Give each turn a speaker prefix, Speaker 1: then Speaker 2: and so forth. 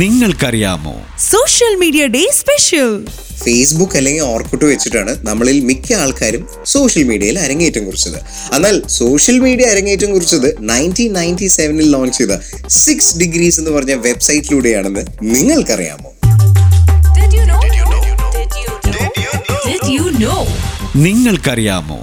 Speaker 1: നിങ്ങൾക്കറിയാമോ
Speaker 2: social media day special
Speaker 3: Facebook അല്ലെങ്കിൽ Orkut വെച്ചിട്ടാണ് നമ്മളിൽ മിക്ക ആൾക്കാരും സോഷ്യൽ മീഡിയയിൽ അരങ്ങേറ്റം കുറിച്ചത് എന്നാൽ സോഷ്യൽ മീഡിയ അരങ്ങേറ്റം കുറിച്ചത് നയൻറ്റീൻ നയൻറ്റി സെവനിൽ ലോഞ്ച് ചെയ്ത സിക്സ് ഡിഗ്രീസ് എന്ന് പറഞ്ഞ വെബ്സൈറ്റിലൂടെയാണെന്ന് നിങ്ങൾക്കറിയാമോ
Speaker 4: Did you know? Did you know? Did you know?
Speaker 1: നിങ്ങൾക്കറിയാമോ